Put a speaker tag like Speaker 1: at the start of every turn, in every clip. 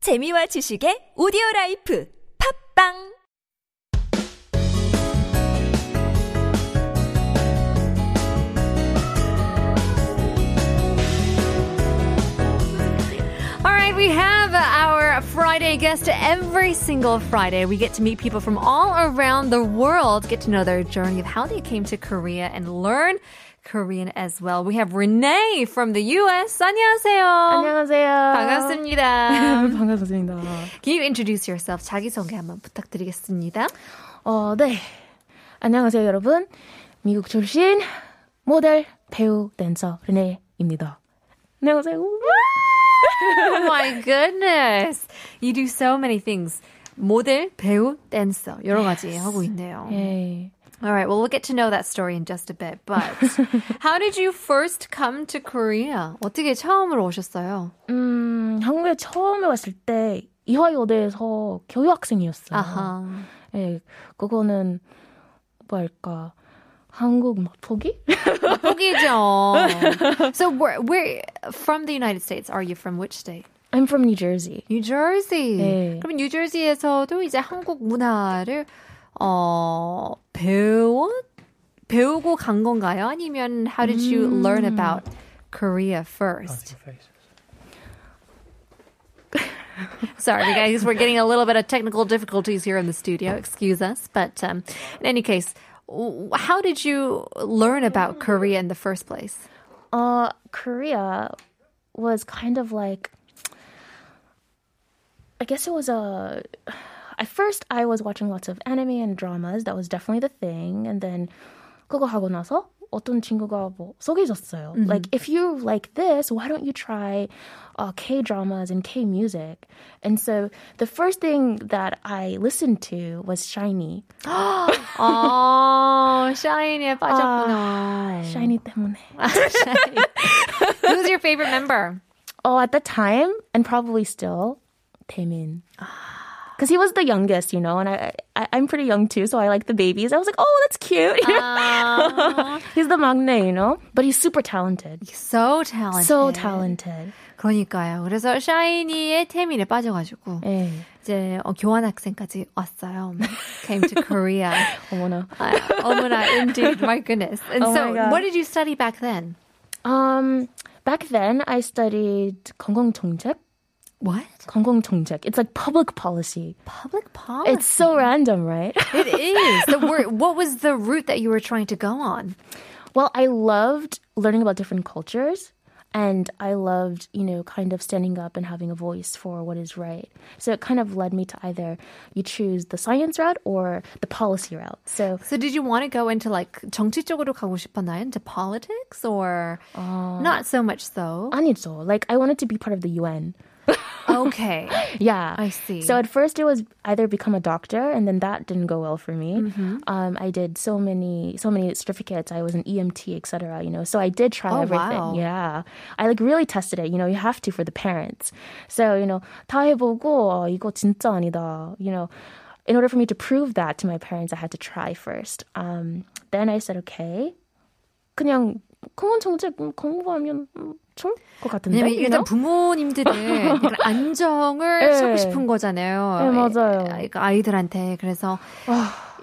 Speaker 1: 재미와 지식의 오디오 라이프 팝빵
Speaker 2: All right, we have our Friday guest every single Friday. We get to meet people from all around the world, get to know their journey of how they came to Korea and learn Korean as well. We have Renee from the US. 안녕하세요.
Speaker 3: 안녕하세요.
Speaker 2: 반갑습니다.
Speaker 3: 반갑습니다.
Speaker 2: Can you introduce yourself? 자기소개 한번 부탁드리겠습니다.
Speaker 3: 어, 네. 안녕하세요, 여러분. 미국 출신 모델, 배우, 댄서 르네입니다. 안녕하세요.
Speaker 2: Oh my goodness. You do so many things. 모델, 배우, 댄서 여러 가지 하고 있네요.
Speaker 3: 예.
Speaker 2: All right, well, we'll get to know that story in just a bit. But how did you first come to Korea? 어떻게 처음으로 오셨어요?
Speaker 3: 음, 한국에 처음에 왔을 때 이화여대에서 교유학생이었어요.
Speaker 2: 아하.
Speaker 3: 예. 그거는 뭐랄까 한국 맛보기?
Speaker 2: 포기죠. so where, where from the United States are you from? Which state?
Speaker 3: I'm from New Jersey.
Speaker 2: New Jersey.
Speaker 3: 네.
Speaker 2: 그럼 뉴저지에서도 이제 한국 문화를 어 배워 배우고 간 건가요? 아니면 how did you learn about Korea first? Sorry, you guys, we're getting a little bit of technical difficulties here in the studio. Excuse us, but um, in any case, w- how did you learn about Korea in the first place?
Speaker 3: uh, Korea was kind of like, I guess it was a. At first, I was watching lots of anime and dramas. That was definitely the thing. And then 그거 하고 나서 어떤 친구가 뭐 소개해줬어요. Like, if you like this, why don't you try uh, K dramas and K music? And so the first thing that I listened to was Shiny.
Speaker 2: 어, 샤이니에 빠졌구나.
Speaker 3: Shiny 때문에.
Speaker 2: Who's your favorite member?
Speaker 3: Oh, at the time, and probably still, Taemin. Because he was the youngest, you know, and I, I, I'm pretty young too, so I like the babies. I was like, oh, that's cute. you know? he's the magne, you know, but he's super talented.
Speaker 2: So talented.
Speaker 3: So talented.
Speaker 2: 그러니까요. 그래서 샤이니의 태민에 빠져가지고
Speaker 3: Eh.
Speaker 2: 이제 어, 교환학생까지 왔어요. Came to Korea.
Speaker 3: 어머나.
Speaker 2: 아, 어머나, indeed. My goodness. And
Speaker 3: Oh
Speaker 2: so,
Speaker 3: my God.
Speaker 2: what did you study back then?
Speaker 3: Um, back then, I studied 건강정책.
Speaker 2: What?
Speaker 3: 건강정책. It's like public policy.
Speaker 2: Public policy.
Speaker 3: It's so random, right?
Speaker 2: It is. So where, what was the route that you were trying to go on?
Speaker 3: Well, I loved learning about different cultures and I loved, you know, kind of standing up and having a voice for what is right. So it kind of led me to either you choose the science route or the policy route. So
Speaker 2: So did you want to go into like 정치 쪽으로 가고 싶었나요? Into politics or
Speaker 3: 어.
Speaker 2: not so much so?
Speaker 3: 아니죠. Like I wanted to be part of the UN.
Speaker 2: Okay.
Speaker 3: Yeah.
Speaker 2: I see.
Speaker 3: So at first it was either become a doctor and then that didn't go well for me.
Speaker 2: Mm-hmm.
Speaker 3: Um, I did so many so many certificates. I was an E EMT, etc. You know, so I did try
Speaker 2: Oh,
Speaker 3: everything.
Speaker 2: wow.
Speaker 3: Yeah. I like really tested it. You know, you have to for the parents. So, you know, 다 해보고 어, 이거 진짜 아니다. You know, in order for me to prove that to my parents, I had to try first. Um, then I said, okay, 그냥 공원 정책 음, 공부하면 음, 좋을 것 같은데.
Speaker 2: 왜냐면
Speaker 3: you
Speaker 2: 일단
Speaker 3: know?
Speaker 2: 부모님들은 약간 안정을
Speaker 3: 네.
Speaker 2: 찾고 싶은 거잖아요.
Speaker 3: 네, 맞아요.
Speaker 2: 아, 그러니까 아이들한테 그래서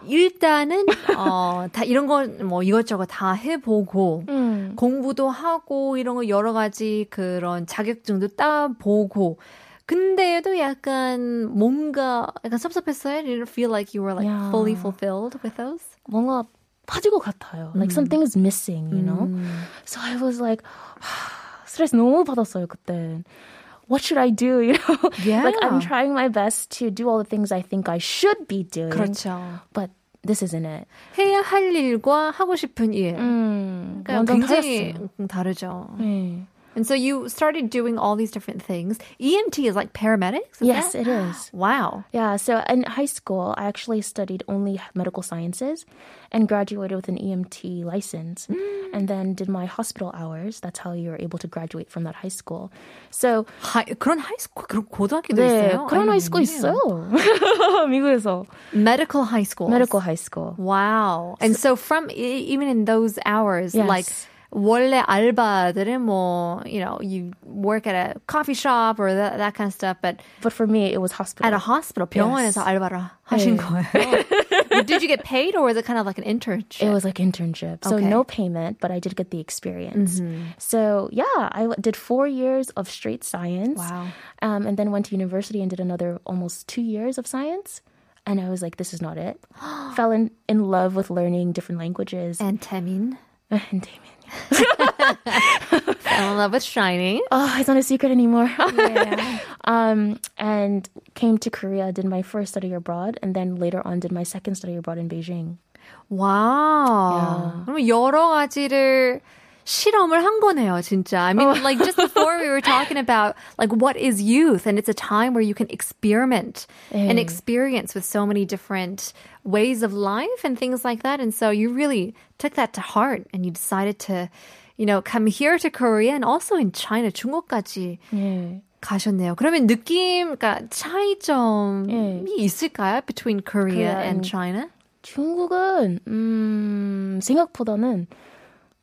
Speaker 2: 일단은 어, 다 이런 거 뭐 이것저것 다 해보고
Speaker 3: 음.
Speaker 2: 공부도 하고 이런 거 여러 가지 그런 자격증도 따보고 근데도 약간 뭔가 약간 섭섭했어요. Did you feel like you were like
Speaker 3: 야.
Speaker 2: fully fulfilled with those?
Speaker 3: 뭔가 빠진 것 같아요. Like something is missing, you know. So I was like, 스트레스 너무 받았어요 그때. What should I do? You know,
Speaker 2: Yeah.
Speaker 3: like I'm trying my best to do all the things I think I should be doing.
Speaker 2: 그렇죠.
Speaker 3: But this isn't it.
Speaker 2: 해야 할 일과 하고 싶은 일.
Speaker 3: 음,
Speaker 2: 그러니까 굉장히
Speaker 3: 달랐어요.
Speaker 2: 다르죠.
Speaker 3: 네.
Speaker 2: And so you started doing all these different things. EMT is like paramedics? is
Speaker 3: Yes,
Speaker 2: that?
Speaker 3: it is.
Speaker 2: Wow.
Speaker 3: Yeah, so in high school, I actually studied only medical sciences and graduated with an EMT license and then did my hospital hours. That's how you were able to graduate from that high school. So
Speaker 2: 하, 그런 하이스쿨, 그런 고등학교도
Speaker 3: 네,
Speaker 2: 있어요?
Speaker 3: 그런
Speaker 2: 아니,
Speaker 3: 하이스쿨 있어요. 미국에서.
Speaker 2: Medical high school.
Speaker 3: Medical high school.
Speaker 2: Wow. And so from e- even in those hours,
Speaker 3: Yes.
Speaker 2: like 원래 알바들은 뭐, you know, you work at a coffee shop or that, that kind of stuff, but
Speaker 3: But for me, it was
Speaker 2: at
Speaker 3: hospital.
Speaker 2: a hospital, 병원에서 알바를 하신 거예요. But Did you get paid or was it kind of like an internship?
Speaker 3: It was like internship. So
Speaker 2: Okay. Mm-hmm.
Speaker 3: no payment, but I did get the experience. So yeah, I w- did four years of straight science.
Speaker 2: Wow.
Speaker 3: Um, and then went to university and did another almost two years of science. And I was like, this is not it. Fell in, in love with learning different languages.
Speaker 2: and Temin
Speaker 3: And Damien.
Speaker 2: fell in love with Shining.
Speaker 3: Oh, it's not a secret anymore. um, and came to Korea, did my first study abroad, and then later on did my second study abroad in Beijing.
Speaker 2: Wow. 그럼 여러 가지를 실험을 한 거네요, 진짜. I mean, like just before we were talking about like what is youth and it's a time where you can experiment and experience with so many different ways of life and things like that. And so you really took that to heart and you decided to you know come here to Korea and also in China 중국까지 가셨네요. 그러면 느낌 그러니까 차이점이 있을까요? between Korea
Speaker 3: Korea
Speaker 2: and
Speaker 3: and-
Speaker 2: China?
Speaker 3: 중국은 음, 생각보다는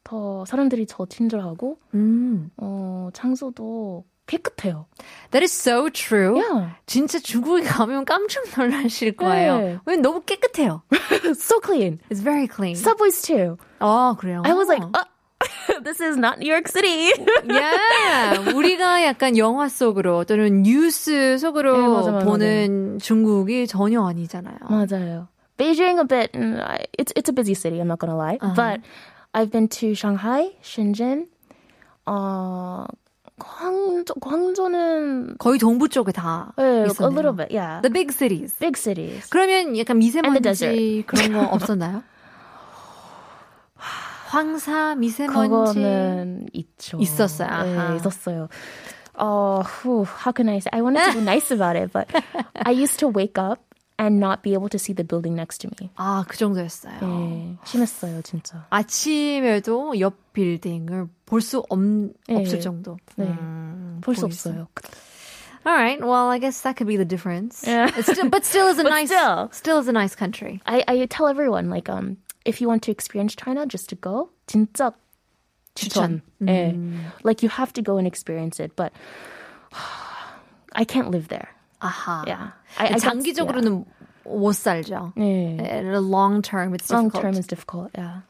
Speaker 3: 더 사람들이 더 친절하고
Speaker 2: 음. 어?
Speaker 3: 어, 장소도 깨끗해요.
Speaker 2: That is so true.
Speaker 3: Yeah.
Speaker 2: 진짜 중국에 가면 깜짝 놀라실 거예요.
Speaker 3: 네.
Speaker 2: 왜냐면 너무 깨끗해요.
Speaker 3: so clean.
Speaker 2: It's very clean.
Speaker 3: Subways too.
Speaker 2: 음. 아, 그래요?
Speaker 3: I was like, "Uh, this is not New York City.
Speaker 2: yeah. 우리가 약간 영화 속으로 또는 뉴스 속으로
Speaker 3: 네, 맞아, 맞아, 음.
Speaker 2: 보는 중국이 전혀 아니잖아요.
Speaker 3: 맞아요. Beijing a bit. mm, I- It's it's a busy city. I'm not gonna lie,
Speaker 2: 아.
Speaker 3: but I've been to Shanghai, Shenzhen. 어, 광저 광저는
Speaker 2: 거의 동부 쪽에 다
Speaker 3: 예, a
Speaker 2: 있었네요.
Speaker 3: little bit, yeah.
Speaker 2: The big cities.
Speaker 3: big cities.
Speaker 2: 그러면 약간
Speaker 3: And the
Speaker 2: 미세먼지
Speaker 3: desert.
Speaker 2: 그런 거 없었나요? 황사 미세먼지
Speaker 3: 그거는 있죠.
Speaker 2: 있었어요. 아하.
Speaker 3: 예, 있었어요. 어, whew, how can I say? I wanted to be nice about it, but I used to wake up and not be able to see the building next to me.
Speaker 2: 아, 그 정도였어요.
Speaker 3: 예, 심했어요, 진짜.
Speaker 2: 아침에도 옆 빌딩을 볼 수 없을
Speaker 3: 네.
Speaker 2: 정도.
Speaker 3: 네.
Speaker 2: 음,
Speaker 3: 볼 수
Speaker 2: 보이세요?
Speaker 3: 없어요.
Speaker 2: Alright, well, I guess that could be the difference.
Speaker 3: Yeah.
Speaker 2: It's still, but still is a
Speaker 3: 예. But
Speaker 2: nice, still.
Speaker 3: still.
Speaker 2: is a nice country.
Speaker 3: I, I tell everyone like um if you want to experience China, just to go. 진짜 추천. 예. Like you have to go and experience it, but I can't live there.
Speaker 2: 아하.
Speaker 3: Yeah. I,
Speaker 2: 근데
Speaker 3: I got-
Speaker 2: 장기적으로는 못 살죠.
Speaker 3: yeah. 예.
Speaker 2: In the long term, it's
Speaker 3: Long
Speaker 2: difficult.
Speaker 3: term is difficult. Yeah.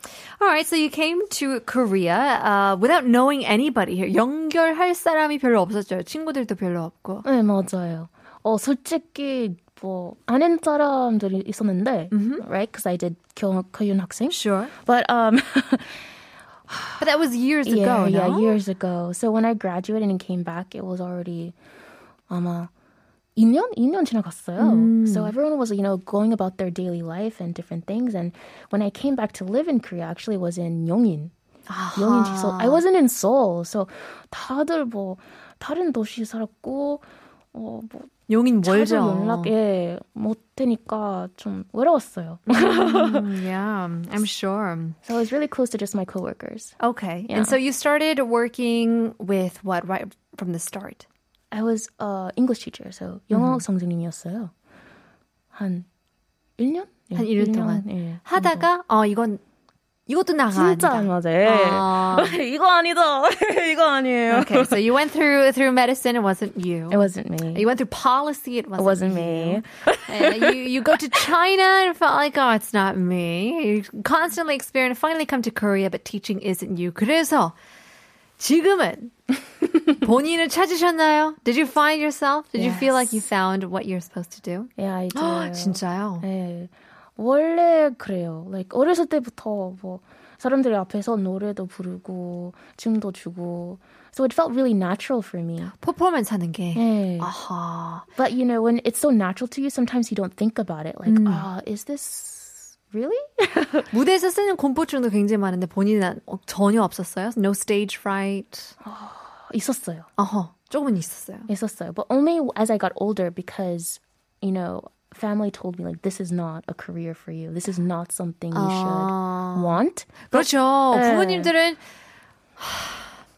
Speaker 2: All right, so you came to Korea uh, without knowing anybody here. 연결할 사람이 별로 없었죠. 친구들도 별로 없고.
Speaker 3: 네 맞아요. 어 솔직히 뭐 아는 사람들이 있었는데, right? Because I did 교 교윤 학생.
Speaker 2: Sure,
Speaker 3: But um.
Speaker 2: but that was years
Speaker 3: yeah,
Speaker 2: ago.
Speaker 3: yeah,
Speaker 2: no?
Speaker 3: years ago. So when I graduated and came back, it was already 아마 2년, 2년 지나갔어요.
Speaker 2: 음.
Speaker 3: So everyone was, you know, going about their daily life and different things. And when I came back to live in Korea, actually was in Yongin. Yongin, Seoul. I wasn't in Seoul. So 다들 뭐 다른 도시 살았고 어, 뭐
Speaker 2: 용인
Speaker 3: 자주
Speaker 2: 멀죠.
Speaker 3: 연락 예, 못 되니까 좀 외로웠어요.
Speaker 2: Mm, yeah, I'm sure.
Speaker 3: so I was really close to just my coworkers.
Speaker 2: Okay. And so you started working with what right from the start?
Speaker 3: I was a English teacher, so 영어 선생님이었어요. 한 1년?
Speaker 2: 한 1년 동안.
Speaker 3: 예.
Speaker 2: 하다가 어 이건 이것도 나가
Speaker 3: 진짜 안
Speaker 2: 아니다.
Speaker 3: 맞아. 예.
Speaker 2: 아.
Speaker 3: 이거 아니다. 이거 아니에요.
Speaker 2: Okay. So you went through through medicine it wasn't you.
Speaker 3: It wasn't me.
Speaker 2: you went through policy it wasn't,
Speaker 3: It wasn't
Speaker 2: you.
Speaker 3: me.
Speaker 2: And you you go to China and felt like oh it's not me. You constantly experience finally come to Korea but teaching isn't you. 그래서 지금은 본인을 찾으셨나요? Did you find yourself? Did you feel like you found what you're supposed to do?
Speaker 3: 예, I do.
Speaker 2: 진짜요?
Speaker 3: 예. 원래 그래요. Like 어렸을 때부터 뭐 사람들이 앞에서 노래도 부르고 춤도 추고. So it felt really natural for me.
Speaker 2: 퍼포먼스 하는 게
Speaker 3: 예.
Speaker 2: 아하.
Speaker 3: But you know, when it's so natural to you, sometimes you don't think about it. Like, ah, is this really?
Speaker 2: 무대에서 쓰는 공포증도 굉장히 많은데 본인은 어, 전혀 없었어요? No stage fright?
Speaker 3: 있었어요.
Speaker 2: 어허, 조금은 있었어요.
Speaker 3: 있었어요. But only as I got older because, you know, family told me like this is not a career for you. This is not 네. something you should want.
Speaker 2: 그렇죠. 부모님들은 하,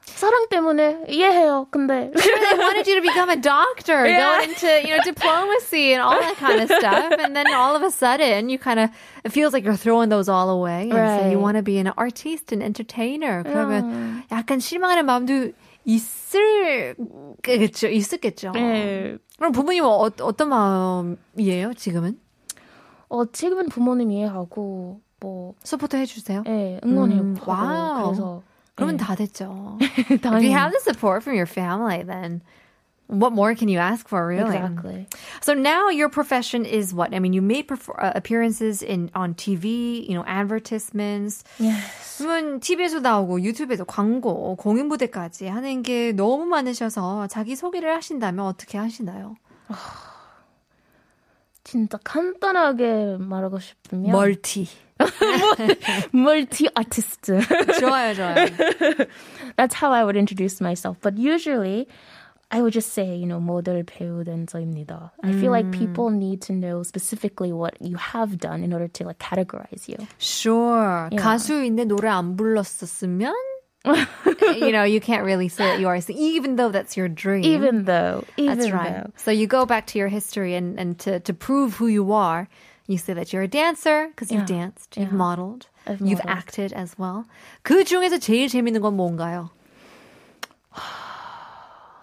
Speaker 3: 사랑 때문에 이해해요. 근데
Speaker 2: they wanted you to become a doctor, go
Speaker 3: Yeah.
Speaker 2: into you know diplomacy and all that kind of stuff, and then all of a sudden you kind of it feels like you're throwing those all away, and so you
Speaker 3: Right. 음.
Speaker 2: want to be an artist, an entertainer. 그러면 약간 실망하는 마음도 있을겠죠, 있었겠죠.
Speaker 3: 네.
Speaker 2: 그럼 부모님 어, 어떤 마음이에요 지금은?
Speaker 3: 어 지금은 부모님 이해하고 뭐
Speaker 2: 서포트 해주세요.
Speaker 3: 예, 응원해요.
Speaker 2: 음, 와우.
Speaker 3: 그래서
Speaker 2: 그러면 다 됐죠. If you
Speaker 3: 당연히
Speaker 2: have the support from your family, then what more can you ask for, really?
Speaker 3: exactly.
Speaker 2: So now your profession is what? I mean, you made perf- uh, appearances in on TV, you know, advertisements.
Speaker 3: Yes.
Speaker 2: 그러면 TV에서 나오고 유튜브에서 광고, 공연 무대까지 하는 게 너무 많으셔서 자기 소개를 하신다면 어떻게 하시나요?
Speaker 3: 진짜 간단하게 말하고 싶으면
Speaker 2: 멀티.
Speaker 3: 멀티 아티스트.
Speaker 2: 좋아요, 좋아요.
Speaker 3: That's how I would introduce myself. But usually, I would just say, you know, 모델 배우 댄서입니다. I feel
Speaker 2: 음.
Speaker 3: like people need to know specifically what you have done in order to like categorize you.
Speaker 2: 음. Sure. 가수인데 노래 안 불렀었으면 you know, you can't really say that you are, a singer, even though that's your dream.
Speaker 3: Even though, even
Speaker 2: That's right.
Speaker 3: though.
Speaker 2: So you go back to your history and, and to, to prove who you are, you say that you're a dancer because you've
Speaker 3: Yeah.
Speaker 2: danced, you've modeled,
Speaker 3: I've
Speaker 2: you've
Speaker 3: modeled.
Speaker 2: acted as well. 그 중에서 제일 재밌는 건 뭔가요?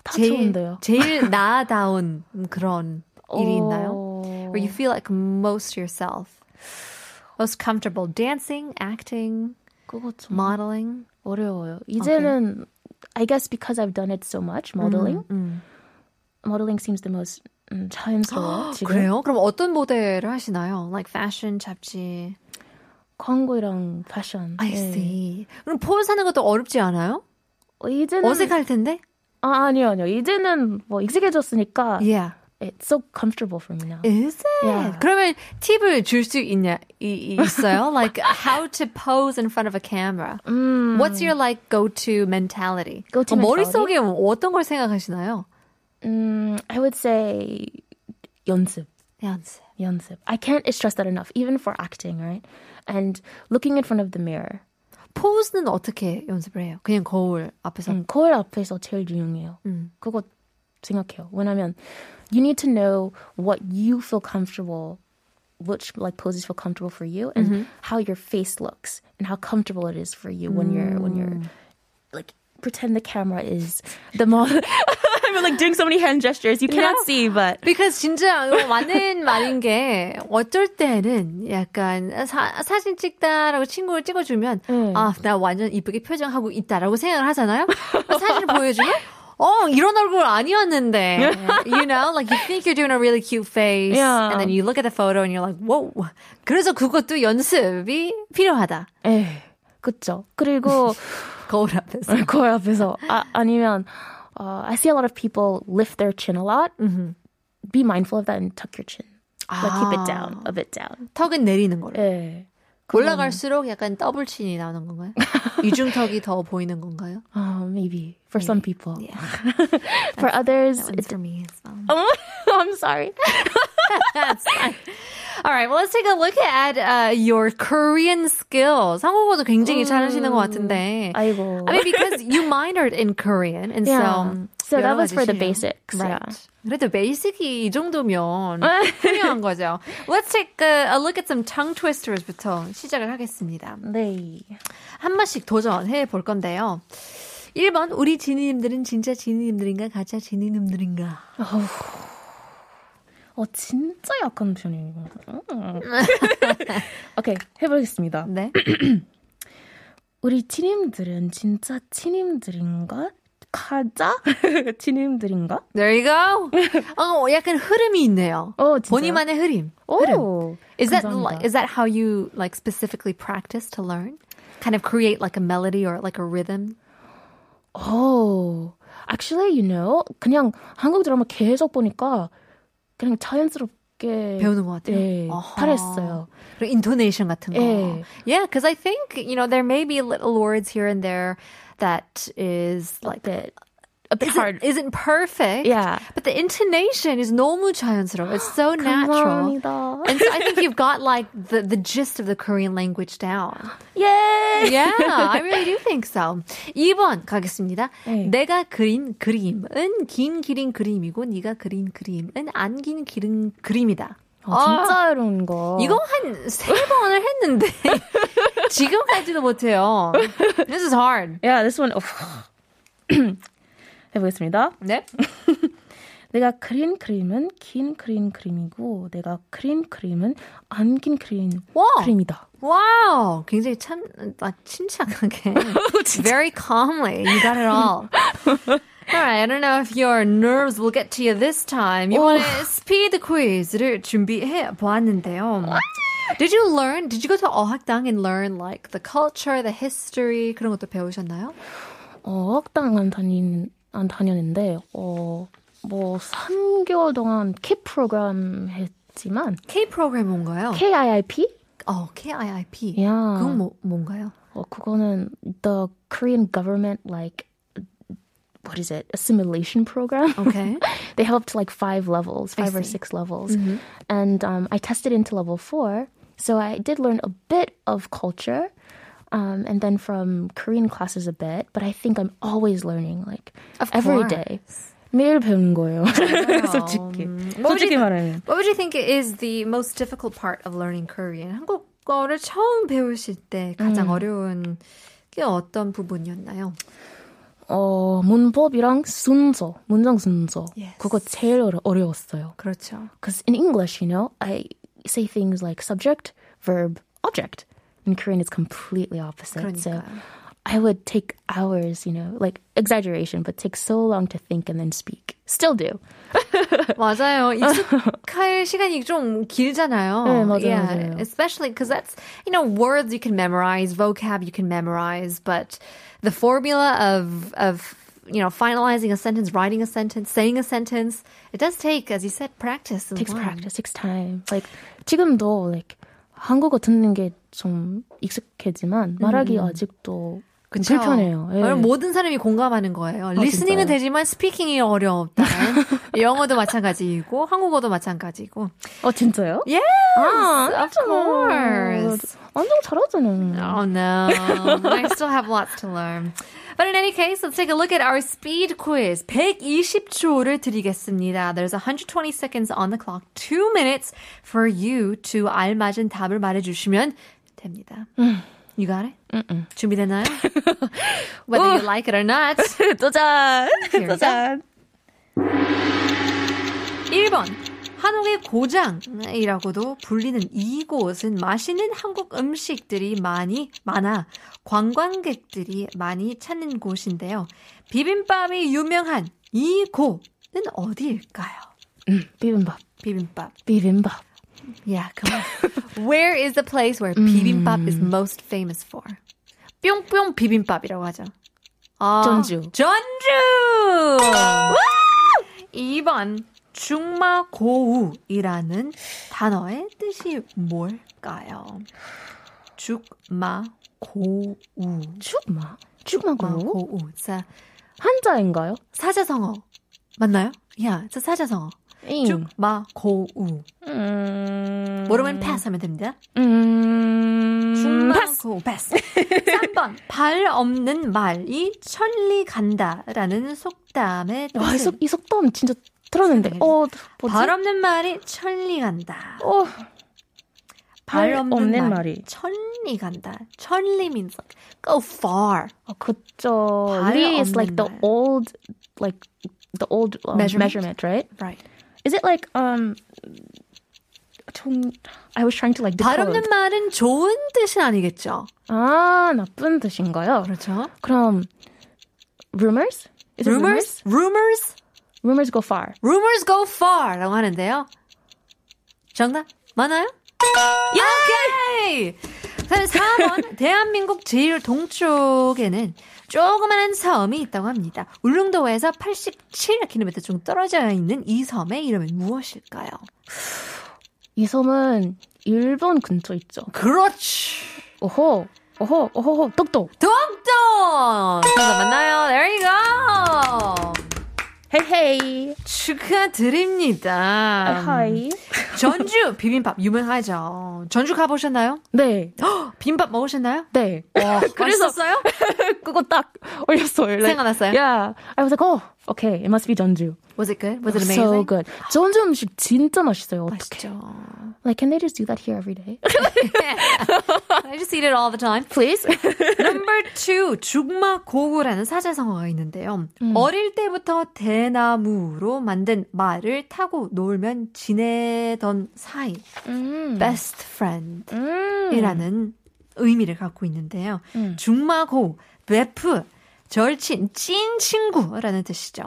Speaker 3: 다
Speaker 2: 제일,
Speaker 3: 좋은데요.
Speaker 2: 제일 나다운 그런 일이 있나요?
Speaker 3: 어,
Speaker 2: Where you feel like most yourself. Most comfortable dancing, acting,
Speaker 3: 그거 좀
Speaker 2: modeling.
Speaker 3: 어려워요. 이제는 I guess because I've done it so much, modeling. Modeling seems the most 음, 자연스러워. 지금
Speaker 2: 그래요? 그럼 어떤 모델을 하시나요? Like fashion, 잡지.
Speaker 3: 광고랑 패션.
Speaker 2: I
Speaker 3: 예.
Speaker 2: see. 음. 그럼 포즈 하는 것도 어렵지 않아요?
Speaker 3: 어, 이제는
Speaker 2: 어색할 텐데?
Speaker 3: 아, 아니요, 아니요. 이제는 뭐 익숙해졌으니까
Speaker 2: Yeah.
Speaker 3: it's so comfortable for me now.
Speaker 2: Is it?
Speaker 3: Yeah.
Speaker 2: 그러면 팁을 줄 수 있냐 이, 이- 있어요? like how to pose in front of a camera. What's your like go-to 음. mentality?
Speaker 3: Go-to
Speaker 2: 어,
Speaker 3: mentality?
Speaker 2: 머릿속에 어떤 걸 생각하시나요?
Speaker 3: Mm, I would say 연습.
Speaker 2: 연습.
Speaker 3: 연습. I can't stress that enough, even for acting, right? And looking in front of the mirror.
Speaker 2: 포즈는 어떻게 연습을 해요? 그냥 거울 앞에서.
Speaker 3: 음, 거울 앞에서 제일 유용해요. 그거 생각해요. 왜냐면 you need to know what you feel comfortable, which like poses feel comfortable for you, and how your face looks and how comfortable it is for you when you're when you're like pretend the camera is the model. I'm like doing so many hand gestures you cannot
Speaker 2: No.
Speaker 3: see, but
Speaker 2: Because 진짜 이거 맞는 말인 게 어쩔 때는 약간 사, 사진 찍다라고 친구를 찍어주면 아 나 완전 이쁘게 표정하고 있다라고 생각을 하잖아요. 사진을 보여주면 어 이런 얼굴 아니었는데 you know like you think you're doing a really cute face
Speaker 3: Yeah.
Speaker 2: and then you look at the photo and you're like whoa 그래서 그것도 연습이 필요하다
Speaker 3: 에 그쵸. 그리고
Speaker 2: 거울 앞에서
Speaker 3: 네, 거울 앞에서 아, 아니면 uh, I see a lot of people lift their chin a lot. Be mindful of that and tuck your chin. Like keep it down, a bit down.
Speaker 2: 턱은 내리는 거를
Speaker 3: 예.
Speaker 2: 올라갈수록 약간 더블 친이 나오는 건가요? 이중턱이 더 보이는 건가요?
Speaker 3: Oh, maybe for some people.
Speaker 2: Yeah.
Speaker 3: For others, oh,
Speaker 2: That one's for me as well.
Speaker 3: I'm sorry.
Speaker 2: All right, well, let's take a look at uh, your Korean skills. 한국어도 굉장히 잘하시는 것 같은데.
Speaker 3: 음, 아이고.
Speaker 2: I mean, because you minored in Korean, and
Speaker 3: Yeah.
Speaker 2: so
Speaker 3: So
Speaker 2: 여러
Speaker 3: that was for
Speaker 2: 가지
Speaker 3: the
Speaker 2: 실력.
Speaker 3: basics,
Speaker 2: Right.
Speaker 3: yeah.
Speaker 2: 그래도 베이직이 이 정도면 훌륭한 거죠. Let's take a, a look at some tongue twisters부터 시작을 하겠습니다.
Speaker 3: 네.
Speaker 2: 한 마씩 도전해 볼 건데요. 1번 우리 지니님들은 진짜 지니님들인가 가짜 지니님들인가?
Speaker 3: 어 진짜 약한 편이에요. 음. 오케이 해보겠습니다.
Speaker 2: 네.
Speaker 3: 우리 친임들은 진짜 친임들인가? 가자 친임들인가?
Speaker 2: There you go. 어, 약간 흐름이 있네요.
Speaker 3: 어, 진짜요?
Speaker 2: 본인만의 흐름. 흐름.
Speaker 3: 오.
Speaker 2: Is that
Speaker 3: 감사합니다.
Speaker 2: like, is that how you like specifically practice to learn? Kind of create like a melody or like a rhythm?
Speaker 3: Oh, actually, you know, 그냥 한국 드라마 계속 보니까 그냥 자연스럽게
Speaker 2: 배우는 것 같아요.
Speaker 3: 네,
Speaker 2: 어허.
Speaker 3: 잘했어요.
Speaker 2: 그리고 intonation 같은 거.
Speaker 3: 예.
Speaker 2: Yeah, because I think you know there may be little words here and there that is like
Speaker 3: But 네, a bit
Speaker 2: Isn't-
Speaker 3: hard.
Speaker 2: Isn't perfect.
Speaker 3: Yeah.
Speaker 2: But the intonation is 너무 자연스러워. It's so natural.
Speaker 3: 감사합니다.
Speaker 2: And so I think you've got like the, the gist of the Korean language down.
Speaker 3: Yay!
Speaker 2: Yeah, I really do think so. 2번 가겠습니다.
Speaker 3: 네.
Speaker 2: 내가 그린 그림은 긴 기린 그림이고 네가 그린 그림은 안 긴 기린 그림이다.
Speaker 3: 아, 진짜 이런 거.
Speaker 2: 이거 한 세 번을 했는데 지금까지도 못해요. This is hard.
Speaker 3: Yeah, this one. oh. 해보겠습니다.
Speaker 2: 네?
Speaker 3: 내가 그린 그림은 긴 그린 그림이고 내가 그린 그림은 안 긴 그린
Speaker 2: 와!
Speaker 3: 그림이다.
Speaker 2: 와우! 굉장히 참, 아, 침착하게. Very calmly. You got it all. Alright, I don't know if your nerves will get to you this time. 이번에 스피드 퀴즈를 준비해 보았는데요. Did you learn, did you go to 어학당 and learn like the culture, the history, 그런 것도 배우셨나요?
Speaker 3: 어, 학당 안 다닌 안 다녔는데 어, 어뭐 3개월 동안 K 프로그램 했지만
Speaker 2: K 프로그램 뭔가요? Oh,
Speaker 3: KIIP?
Speaker 2: 어, KIIP.
Speaker 3: 야.
Speaker 2: 그건 뭐, 뭔가요?
Speaker 3: 어, 그거는 the Korean government like what is it? Assimilation
Speaker 2: 어.
Speaker 3: program.
Speaker 2: Okay.
Speaker 3: they helped like five levels, five or
Speaker 2: see. Mm-hmm.
Speaker 3: six levels. And um, I tested into level four. So I did learn a bit of culture um, and then from Korean classes a bit. But I think I'm always learning like
Speaker 2: Of
Speaker 3: every
Speaker 2: course.
Speaker 3: day. 매일 배우는 거예요. 솔직히.
Speaker 2: 뭐
Speaker 3: 솔직히
Speaker 2: 우리-
Speaker 3: 말하면.
Speaker 2: What would you think is the most difficult part of learning Korean? 한국어를 처음 배우실 때 가장 어려운 게 어떤 부분이었나요?
Speaker 3: 어, 문법이랑 순서, 문장 순서.
Speaker 2: Yes.
Speaker 3: 그거 제일 어려- 어려웠어요.
Speaker 2: 그렇죠.
Speaker 3: Because in English, you know, I say things like subject, verb, object. In Korean, it's completely opposite. So
Speaker 2: 그러니까요.
Speaker 3: I would take hours, you know, like exaggeration, but take so long to think and then speak. Still do.
Speaker 2: 맞아요. 익숙할 시간이 좀 길잖아요.
Speaker 3: 네, 맞아요,
Speaker 2: yeah,
Speaker 3: 맞아요.
Speaker 2: Especially because that's, you know, words you can memorize, vocab you can memorize, but the formula of, of, you know, finalizing a sentence, writing a sentence, saying a sentence, it does take, as you said, practice. and
Speaker 3: Takes
Speaker 2: time.
Speaker 3: practice, takes time. Like 지금도 like 한국어 듣는 게 좀 익숙하지만 말하기 아직도
Speaker 2: 그쵸?
Speaker 3: 불편해요. 예. 아,
Speaker 2: 여러분, 모든 사람이 공감하는 거예요. 리스닝은
Speaker 3: 진짜요?
Speaker 2: 되지만 스피킹이 어렵다. 영어도 마찬가지이고 한국어도 마찬가지고.
Speaker 3: 어 진짜요?
Speaker 2: Yes, of course.
Speaker 3: 완전 잘하잖아요.
Speaker 2: Oh no, I still have lots to learn. But in any case, let's take a look at our speed quiz. 120초를 드리겠습니다. There's 120 seconds on the clock, two minutes for you to 알맞은 답을 말해주시면 됩니다. You got it? 준비되나요? Whether you like it or not.
Speaker 3: 도전,
Speaker 2: we go.
Speaker 3: 도전.
Speaker 2: 1번 한옥의 고장이라고도 불리는 이곳은 맛있는 한국 음식들이 많이 많아 관광객들이 많이 찾는 곳인데요. 비빔밥이 유명한 이곳은 어디일까요?
Speaker 3: 비빔밥,
Speaker 2: 비빔밥.
Speaker 3: 비빔밥.
Speaker 2: Yeah, come on. Where is the place where bibimbap is
Speaker 3: 음.
Speaker 2: most famous for? 뿅뿅 비빔밥이라고 하죠. 아,
Speaker 3: 전주.
Speaker 2: 전주! 2번 중마고우이라는 단어의 뜻이 뭘까요? 죽마고우.
Speaker 3: 죽마, 죽마고
Speaker 2: 고우. 자,
Speaker 3: 한자인가요?
Speaker 2: 사자성어. 맞나요? 야, yeah, 저 사자성어.
Speaker 3: 잉.
Speaker 2: 죽마고우.
Speaker 3: 음.
Speaker 2: 모르면 패스하면 됩니다.
Speaker 3: 음.
Speaker 2: 중마고 그 패스. 3번 발 없는 말이 천리 간다라는 속담의
Speaker 3: 와, 이, 속,
Speaker 2: 뜻은
Speaker 3: 이 속담 진짜 들었는데. 어, 뭐지?
Speaker 2: 발 없는 말이 천리 간다.
Speaker 3: 어.
Speaker 2: 발
Speaker 3: 발
Speaker 2: 없는,
Speaker 3: 없는
Speaker 2: 말이
Speaker 3: 말이.
Speaker 2: 천리 간다. 천리 means like go far.
Speaker 3: 어, 그쵸.
Speaker 2: 발
Speaker 3: 리 is like the
Speaker 2: 없는 말.
Speaker 3: old, like the old um,
Speaker 2: Measurement?
Speaker 3: measurement? right?
Speaker 2: Right.
Speaker 3: Is it like um? 종, I was trying to like
Speaker 2: 발
Speaker 3: decode.
Speaker 2: 없는 말은 좋은 뜻은 아니겠죠.
Speaker 3: 아, 나쁜 뜻인가요?
Speaker 2: 그렇죠.
Speaker 3: 그럼 rumors? Is it
Speaker 2: Rumors, rumors,
Speaker 3: rumors go far.
Speaker 2: rumors go far라고 하는데요. 정답 많아요? 오케이. 그다음에 4번 대한민국 제일 동쪽에는 조그마한 섬이 있다고 합니다. 울릉도에서 87km 정도 떨어져 있는 이 섬의 이름은 무엇일까요?
Speaker 3: 이 섬은 일본 근처 있죠.
Speaker 2: 그렇지.
Speaker 3: 오호, 오호, 오호호, 똑똑.
Speaker 2: 동동. 정답 맞나요? There you go.
Speaker 3: 헤이
Speaker 2: 축하드립니다.
Speaker 3: 하이.
Speaker 2: 전주 비빔밥 유명하죠. 전주 가보셨나요?
Speaker 3: 네.
Speaker 2: 비빔밥 먹으셨나요?
Speaker 3: 네.
Speaker 2: 와, 맛있었어요?
Speaker 3: 그거 딱 올렸어요. Like,
Speaker 2: 생각났어요?
Speaker 3: 네. Yeah. I was like, oh, okay, it must be 전주.
Speaker 2: Was it good? Was it amazing?
Speaker 3: So good. 전주 음식 진짜 맛있어요. 어떡해.
Speaker 2: 맛있죠.
Speaker 3: Like, can they just do that here every day?
Speaker 2: I just eat it all the time.
Speaker 3: Please?
Speaker 2: Number two, 죽마고구라는 사자성어가 있는데요.
Speaker 3: 음.
Speaker 2: 어릴 때부터 대나무로 만든 말을 타고 놀면 지내던 사이,
Speaker 3: 음.
Speaker 2: best friend.
Speaker 3: 음.
Speaker 2: 이라는 의미를 갖고 있는데요. 중마고, 베프, 절친, 찐 친구라는 뜻이죠.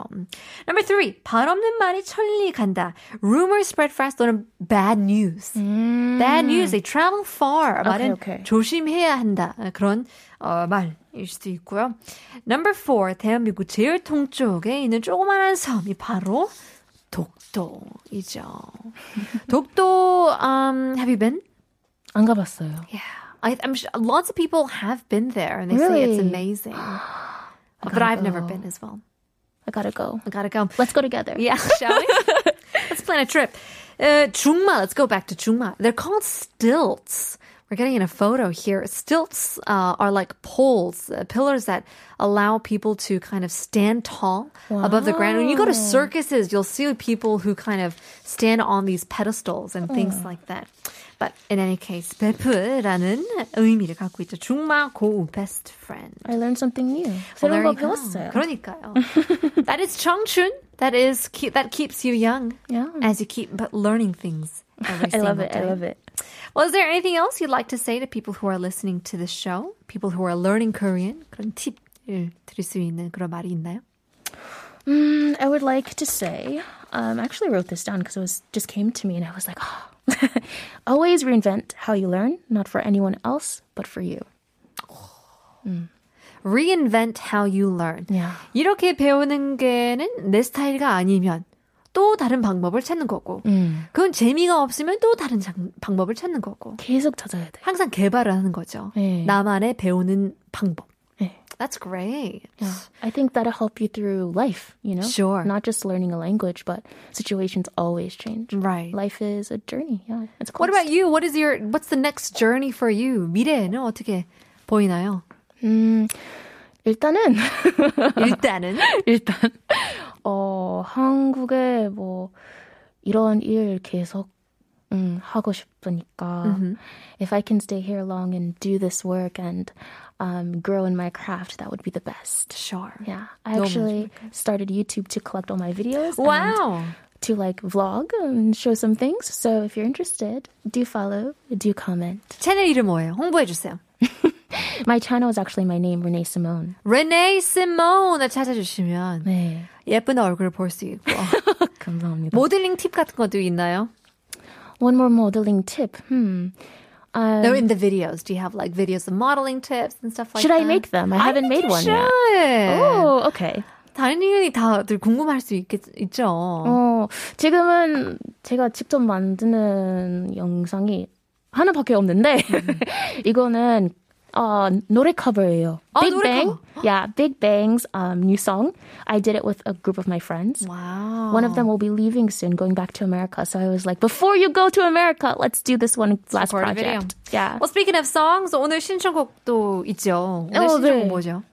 Speaker 2: Number three, 발 없는 말이 천리 간다. Rumor spread fast 또는 bad news.
Speaker 3: 음. 아,
Speaker 2: Bad news, they travel far. 말은
Speaker 3: okay.
Speaker 2: 조심해야 한다. 그런 어, 말일 수도 있고요. Number four, 대한민국 제일 동쪽에 있는 조그마한 섬이 바로 독도이죠. 독도, um, have you been?
Speaker 3: 안 가봤어요.
Speaker 2: Yeah, I, I'm sure lots of people have been there and they say it's
Speaker 3: Really?
Speaker 2: amazing. but
Speaker 3: gotta
Speaker 2: I've never
Speaker 3: go.
Speaker 2: been as well.
Speaker 3: I gotta go.
Speaker 2: I gotta go.
Speaker 3: Let's go together.
Speaker 2: Yeah, shall we? let's plan a trip. Uh, Chungma, let's go back to Chungma. They're called stilts. We're getting in a photo here. Stilts uh, are like poles, uh, pillars that allow people to kind of stand tall above the ground. When you go to circuses, you'll see people who kind of stand on these pedestals and things like that. But in any case, 베프라는 의미를 갖고 있죠. 중마 고우 best friend.
Speaker 3: I learned something new.
Speaker 2: Well,
Speaker 3: 새로운
Speaker 2: there
Speaker 3: 거
Speaker 2: you go.
Speaker 3: 배웠어요.
Speaker 2: 그러니까요. that is 청춘. That is keep, that keeps you young
Speaker 3: Yeah.
Speaker 2: as you keep but learning things. Every
Speaker 3: I
Speaker 2: single
Speaker 3: love it. I
Speaker 2: day.
Speaker 3: love it.
Speaker 2: Well, is there anything else you'd like to say to people who are listening to this show? People who are learning Korean? 그런 팁을 드릴 수 있는 그런 말이 있나요?
Speaker 3: Mm, I would like to say, um, I actually wrote this down because it was just came to me and I was like, oh. always reinvent how you learn, not for anyone else, but for you.
Speaker 2: Reinvent how you learn.
Speaker 3: Yeah.
Speaker 2: 이렇게 배우는 게는 내 스타일가 아니면 또 다른 방법을 찾는 거고.
Speaker 3: 음.
Speaker 2: 그건 재미가 없으면 또 다른 장- 방법을 찾는 거고.
Speaker 3: 계속 찾아야 돼.
Speaker 2: 항상 개발을 하는 거죠.
Speaker 3: 네.
Speaker 2: 나만의 배우는 방법.
Speaker 3: 네.
Speaker 2: That's great.
Speaker 3: Yeah. I think that'll help you through life, you know?
Speaker 2: Sure.
Speaker 3: Not just learning a language, but situations always change.
Speaker 2: Right.
Speaker 3: Life is a journey. Yeah. It's
Speaker 2: What
Speaker 3: constant.
Speaker 2: about you? What is your what's the next journey for you? 미래는 어떻게 보이나요?
Speaker 3: 일단은,
Speaker 2: 일단은
Speaker 3: 일단, 어, 한국에 뭐, 이런 일 계속, 음, 하고 싶으니까. If I can stay here long and do this work and um, grow in my craft, that would be the best.
Speaker 2: sure.
Speaker 3: Yeah. I actually started YouTube to collect all my videos. and
Speaker 2: Wow.
Speaker 3: to like vlog and show some things. So if you're interested, do follow, do comment.
Speaker 2: 채널 이름 뭐예요? 홍보해 주세요.
Speaker 3: My channel is actually my name, Renee Simone.
Speaker 2: 레네 시몬을 찾아주시면
Speaker 3: 네,
Speaker 2: 예쁜 얼굴을 볼 수 있고
Speaker 3: 감사합니다.
Speaker 2: 모델링 팁 같은 것도 있나요?
Speaker 3: One more modeling tip. Hmm. Um,
Speaker 2: They're in the videos. Do you have like videos of modeling tips and stuff like
Speaker 3: should
Speaker 2: that?
Speaker 3: I make them? I haven't made one yet.
Speaker 2: should.
Speaker 3: Oh, okay.
Speaker 2: 당연히 다들 궁금할 수 있겠, 있죠.
Speaker 3: 어, 지금은 제가 직접 만드는 영상이 하나밖에 없는데 이거는 어, 노래 커버예요.
Speaker 2: 아,
Speaker 3: Big
Speaker 2: 노래
Speaker 3: Bang.
Speaker 2: 커버.
Speaker 3: Yeah, Big Bang's um, new song. I did it with a group of my friends.
Speaker 2: Wow.
Speaker 3: One of them will be leaving soon, going back to America. So I was like, before you go to America, let's do this one last
Speaker 2: Support video.
Speaker 3: project. Yeah.
Speaker 2: Well, speaking of songs, 오늘 신청곡도 있죠. 오늘 신청곡
Speaker 3: 어, 네.
Speaker 2: 뭐죠?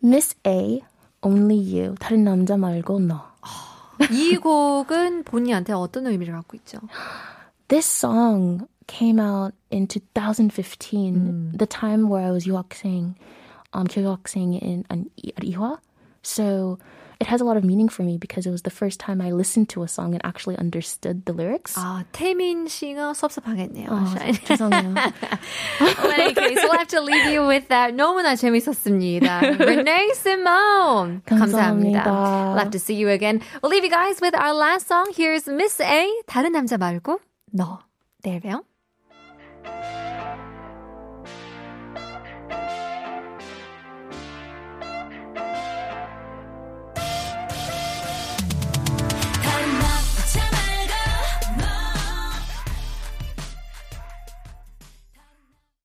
Speaker 3: Miss A, Only You. 다른 남자 말고 너.
Speaker 2: 이 곡은 본인한테 어떤 의미를 갖고 있죠?
Speaker 3: This song came out in 2015, the time where I was 유학생, um, 교육학생 in, in, at Ihwa. So it has a lot of meaning for me because it was the first time I listened to a song and actually understood the lyrics. Oh,
Speaker 2: 아, 태민 씨가 섭섭하겠네요.
Speaker 3: 아, 죄송해요.
Speaker 2: Well, in any case, we'll have to leave you with that. 너무나 재밌었습니다. Renee Simone.
Speaker 3: 감사합니다.
Speaker 2: We'll have to see you again. We'll leave you guys with our last song. Here's Miss A. 다른 남자 말고 너. 내일 봬요.